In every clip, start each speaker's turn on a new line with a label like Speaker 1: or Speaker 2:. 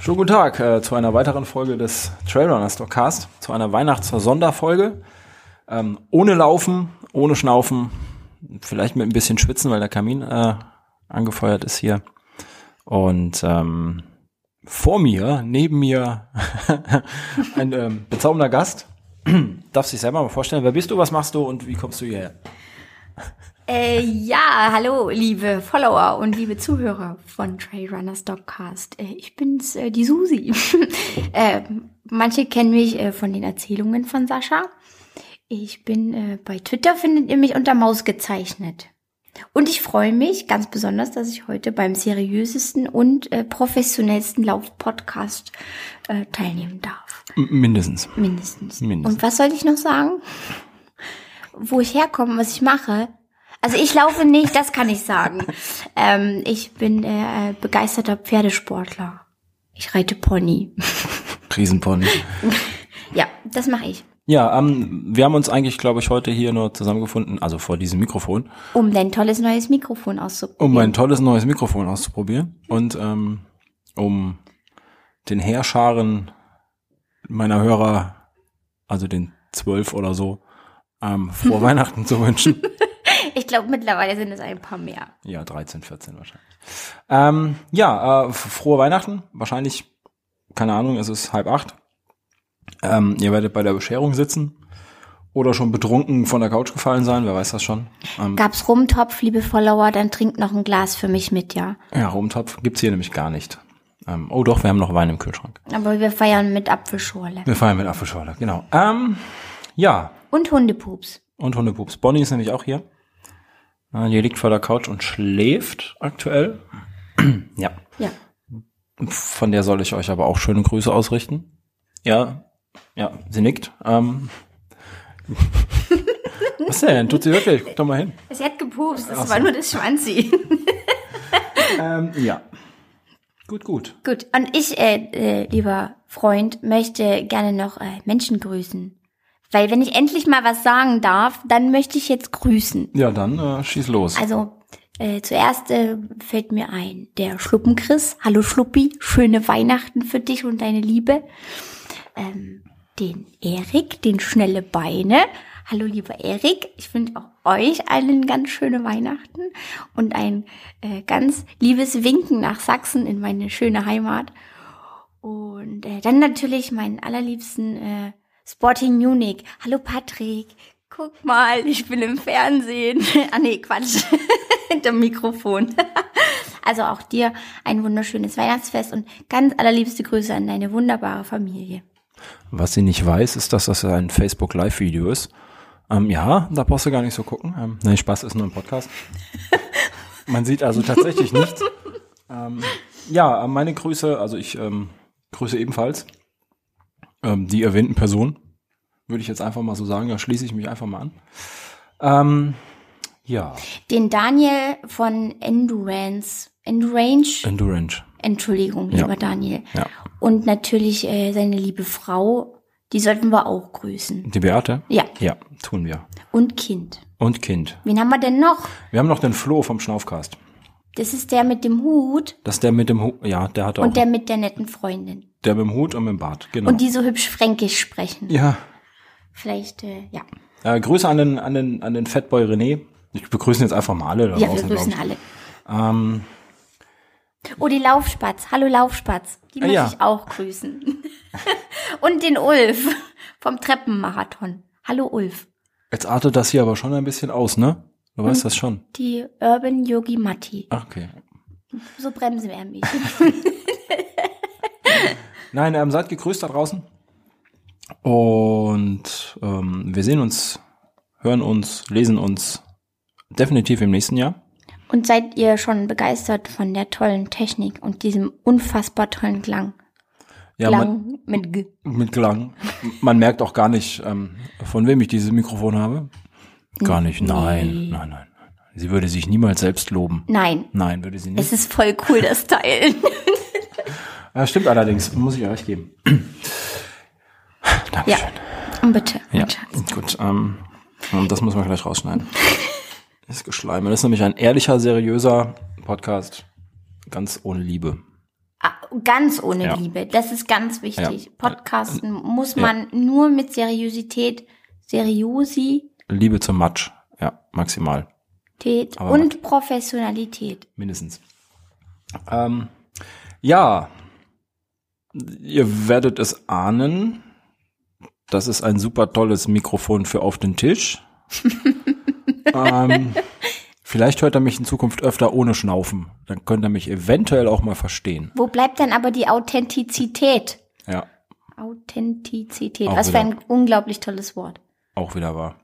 Speaker 1: Schönen guten Tag äh, zu einer weiteren Folge des Trailrunners Stockcast, zu einer Weihnachts-Sonderfolge. Ähm, ohne Laufen, ohne Schnaufen, vielleicht mit ein bisschen Schwitzen, weil der Kamin äh, angefeuert ist hier. Und ähm, vor mir, neben mir, ein ähm, bezaubernder Gast. Darf sich selber mal vorstellen, wer bist du, was machst du und wie kommst du hierher?
Speaker 2: Äh, ja, hallo, liebe Follower und liebe Zuhörer von Trailrunners Dogcast. Äh, ich bin's, äh, die Susi. äh, manche kennen mich äh, von den Erzählungen von Sascha. Ich bin äh, bei Twitter, findet ihr mich unter Maus gezeichnet. Und ich freue mich ganz besonders, dass ich heute beim seriösesten und äh, professionellsten Lauf-Podcast äh, teilnehmen darf.
Speaker 1: M- Mindestens.
Speaker 2: Mindestens.
Speaker 1: Mindestens.
Speaker 2: Und was soll ich noch sagen? Wo ich herkomme, was ich mache? Also ich laufe nicht, das kann ich sagen. Ähm, ich bin äh, begeisterter Pferdesportler. Ich reite Pony.
Speaker 1: Riesenpony.
Speaker 2: Ja, das mache ich.
Speaker 1: Ja, ähm, wir haben uns eigentlich, glaube ich, heute hier nur zusammengefunden, also vor diesem Mikrofon,
Speaker 2: Um dein tolles neues Mikrofon auszuprobieren.
Speaker 1: um mein tolles neues Mikrofon auszuprobieren und ähm, um den Heerscharen meiner Hörer, also den zwölf oder so, ähm, frohe Weihnachten zu wünschen. Oh.
Speaker 2: Ich glaube, mittlerweile sind es ein paar mehr.
Speaker 1: Ja, 13, 14 wahrscheinlich. Ähm, ja, äh, f- frohe Weihnachten. Wahrscheinlich, keine Ahnung, es ist halb acht. Ähm, ihr werdet bei der Bescherung sitzen oder schon betrunken von der Couch gefallen sein, wer weiß das schon. Ähm,
Speaker 2: Gab's Rumtopf, liebe Follower, dann trinkt noch ein Glas für mich mit, ja.
Speaker 1: ja, Rumtopf gibt's hier nämlich gar nicht. Ähm, oh doch, wir haben noch Wein im Kühlschrank.
Speaker 2: Aber wir feiern mit Apfelschorle.
Speaker 1: Wir feiern mit Apfelschorle, genau. Ähm, ja,
Speaker 2: Und Hundepups.
Speaker 1: und Hundepups. Bonnie ist nämlich auch hier. Äh, die liegt vor der Couch und schläft aktuell. ja.
Speaker 2: Ja.
Speaker 1: Von der soll ich euch aber auch schöne Grüße ausrichten. Ja, ja, sie nickt. Ähm. Was denn? Tut sie wirklich? Guck doch mal hin.
Speaker 2: Es hat gepupst, das war nur das Schwanzi.
Speaker 1: Ähm, ja. Gut, gut.
Speaker 2: Gut, und ich, äh, äh, lieber Freund, möchte gerne noch äh, Menschen grüßen. Weil wenn ich endlich mal was sagen darf, dann möchte ich jetzt grüßen.
Speaker 1: Ja, dann äh, schieß los.
Speaker 2: Also äh, zuerst äh, fällt mir ein der Schluppenchris. Hallo Schluppi, schöne Weihnachten für dich und deine Liebe. Ähm, den Erik, den schnelle Beine. Hallo lieber Erik, ich wünsche auch euch allen ganz schöne Weihnachten und ein äh, ganz liebes Winken nach Sachsen in meine schöne Heimat. Und äh, dann natürlich meinen allerliebsten äh, Sporting Munich. Hallo Patrick, guck mal, ich bin im Fernsehen. ah nee, Quatsch, hinter Mikrofon. also auch dir ein wunderschönes Weihnachtsfest und ganz allerliebste Grüße an deine wunderbare Familie.
Speaker 1: Was sie nicht weiß, ist, dass das ein Facebook-Live-Video ist. Ähm, ja, da brauchst du gar nicht so gucken. Ähm, nee, Spaß ist nur ein Podcast. Man sieht also tatsächlich nichts. Ähm, ja, äh, meine Grüße, also ich ähm, grüße ebenfalls ähm, die erwähnten Personen. Würde ich jetzt einfach mal so sagen, da schließe ich mich einfach mal an. Ähm, ja,
Speaker 2: Den Daniel von Endurance. Endurance?
Speaker 1: Endurance.
Speaker 2: Entschuldigung,
Speaker 1: Ja.
Speaker 2: lieber Daniel.
Speaker 1: Ja.
Speaker 2: Und natürlich äh, seine liebe Frau, die sollten wir auch grüßen.
Speaker 1: Die Beate?
Speaker 2: Ja,
Speaker 1: Ja, tun wir.
Speaker 2: und Kind.
Speaker 1: Und Kind.
Speaker 2: Wen haben wir denn noch?
Speaker 1: Wir haben noch den Flo vom Schnaufcast.
Speaker 2: Das ist der mit dem Hut
Speaker 1: Das ist der mit dem Hut. Ja, der hat auch.
Speaker 2: und der mit der netten Freundin.
Speaker 1: der mit dem Hut und mit dem Bart, genau.
Speaker 2: Und die so hübsch fränkisch sprechen.
Speaker 1: ja.
Speaker 2: Vielleicht, äh, ja.
Speaker 1: Äh, Grüße an den, an den, an den Fatboy René. Ich begrüße jetzt einfach mal alle da
Speaker 2: Ja, wir
Speaker 1: draußen,
Speaker 2: grüßen
Speaker 1: glaub
Speaker 2: alle.
Speaker 1: ich. Ähm,
Speaker 2: Oh, die Laufspatz. Hallo Laufspatz. Die
Speaker 1: Ah,
Speaker 2: möchte
Speaker 1: ja.
Speaker 2: ich auch grüßen. und den Ulf vom Treppenmarathon. Hallo Ulf.
Speaker 1: jetzt artet das hier aber schon ein bisschen aus, ne?
Speaker 2: Mhm.
Speaker 1: Du weißt das schon.
Speaker 2: Die Urban Yogi Matti.
Speaker 1: Ach, okay.
Speaker 2: So bremsen wir mich.
Speaker 1: Nein, ähm, seid gegrüßt da draußen. Und ähm, wir sehen uns, hören uns, lesen uns definitiv im nächsten Jahr.
Speaker 2: Und seid ihr schon begeistert von der tollen Technik und diesem unfassbar tollen Klang?
Speaker 1: Ja, man,
Speaker 2: Klang mit G.
Speaker 1: mit Klang. Man merkt auch gar nicht, ähm, von wem ich dieses Mikrofon habe. Gar nicht. Nein, nein, nein. Sie würde sich niemals selbst loben.
Speaker 2: Nein.
Speaker 1: Nein, würde sie nicht.
Speaker 2: Es ist voll cool, das Teil.
Speaker 1: Ja, stimmt allerdings, muss ich euch geben.
Speaker 2: Ja.
Speaker 1: Dankeschön.
Speaker 2: Und bitte.
Speaker 1: Ja,
Speaker 2: mein Schatz.
Speaker 1: gut. Ähm, und das muss man gleich rausschneiden. Das Geschleime. Das ist nämlich ein ehrlicher, seriöser Podcast. Ganz ohne Liebe.
Speaker 2: Ah, ganz ohne
Speaker 1: Ja.
Speaker 2: Liebe. Das ist ganz wichtig.
Speaker 1: Ja. Äh,
Speaker 2: Podcasten muss man nur mit Seriosität, Seriosität
Speaker 1: Liebe zum Matsch. Ja, maximal. Aber
Speaker 2: und Professionalität.
Speaker 1: Mindestens. Ähm, ja, ihr werdet es ahnen. Das ist ein super tolles Mikrofon für auf den Tisch. ähm, vielleicht hört er mich in Zukunft öfter ohne Schnaufen. Dann könnt ihr mich eventuell auch mal verstehen.
Speaker 2: Wo bleibt dann aber die Authentizität?
Speaker 1: Ja,
Speaker 2: Authentizität.
Speaker 1: Auch
Speaker 2: Was für
Speaker 1: wieder.
Speaker 2: ein unglaublich tolles Wort.
Speaker 1: auch wieder wahr.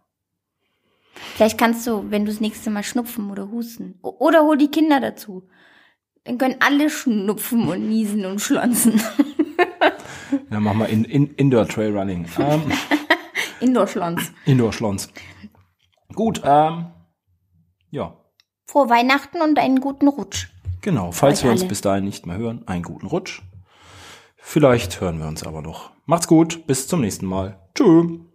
Speaker 2: Vielleicht kannst du, wenn du das nächste Mal schnupfen oder husten. O- Oder hol die Kinder dazu. Dann können alle schnupfen und niesen und schlonzen.
Speaker 1: Dann machen wir in, in, Indoor Trail Running. Ähm,
Speaker 2: Indoor-Schlons.
Speaker 1: Indoor Schlons. Gut, ähm, ja,
Speaker 2: Frohe Weihnachten und einen guten Rutsch.
Speaker 1: Genau, falls
Speaker 2: Euch
Speaker 1: wir uns
Speaker 2: alle.
Speaker 1: bis dahin nicht mehr hören, einen guten Rutsch. Vielleicht hören wir uns aber noch. Macht's gut, bis zum nächsten Mal. Tschüss.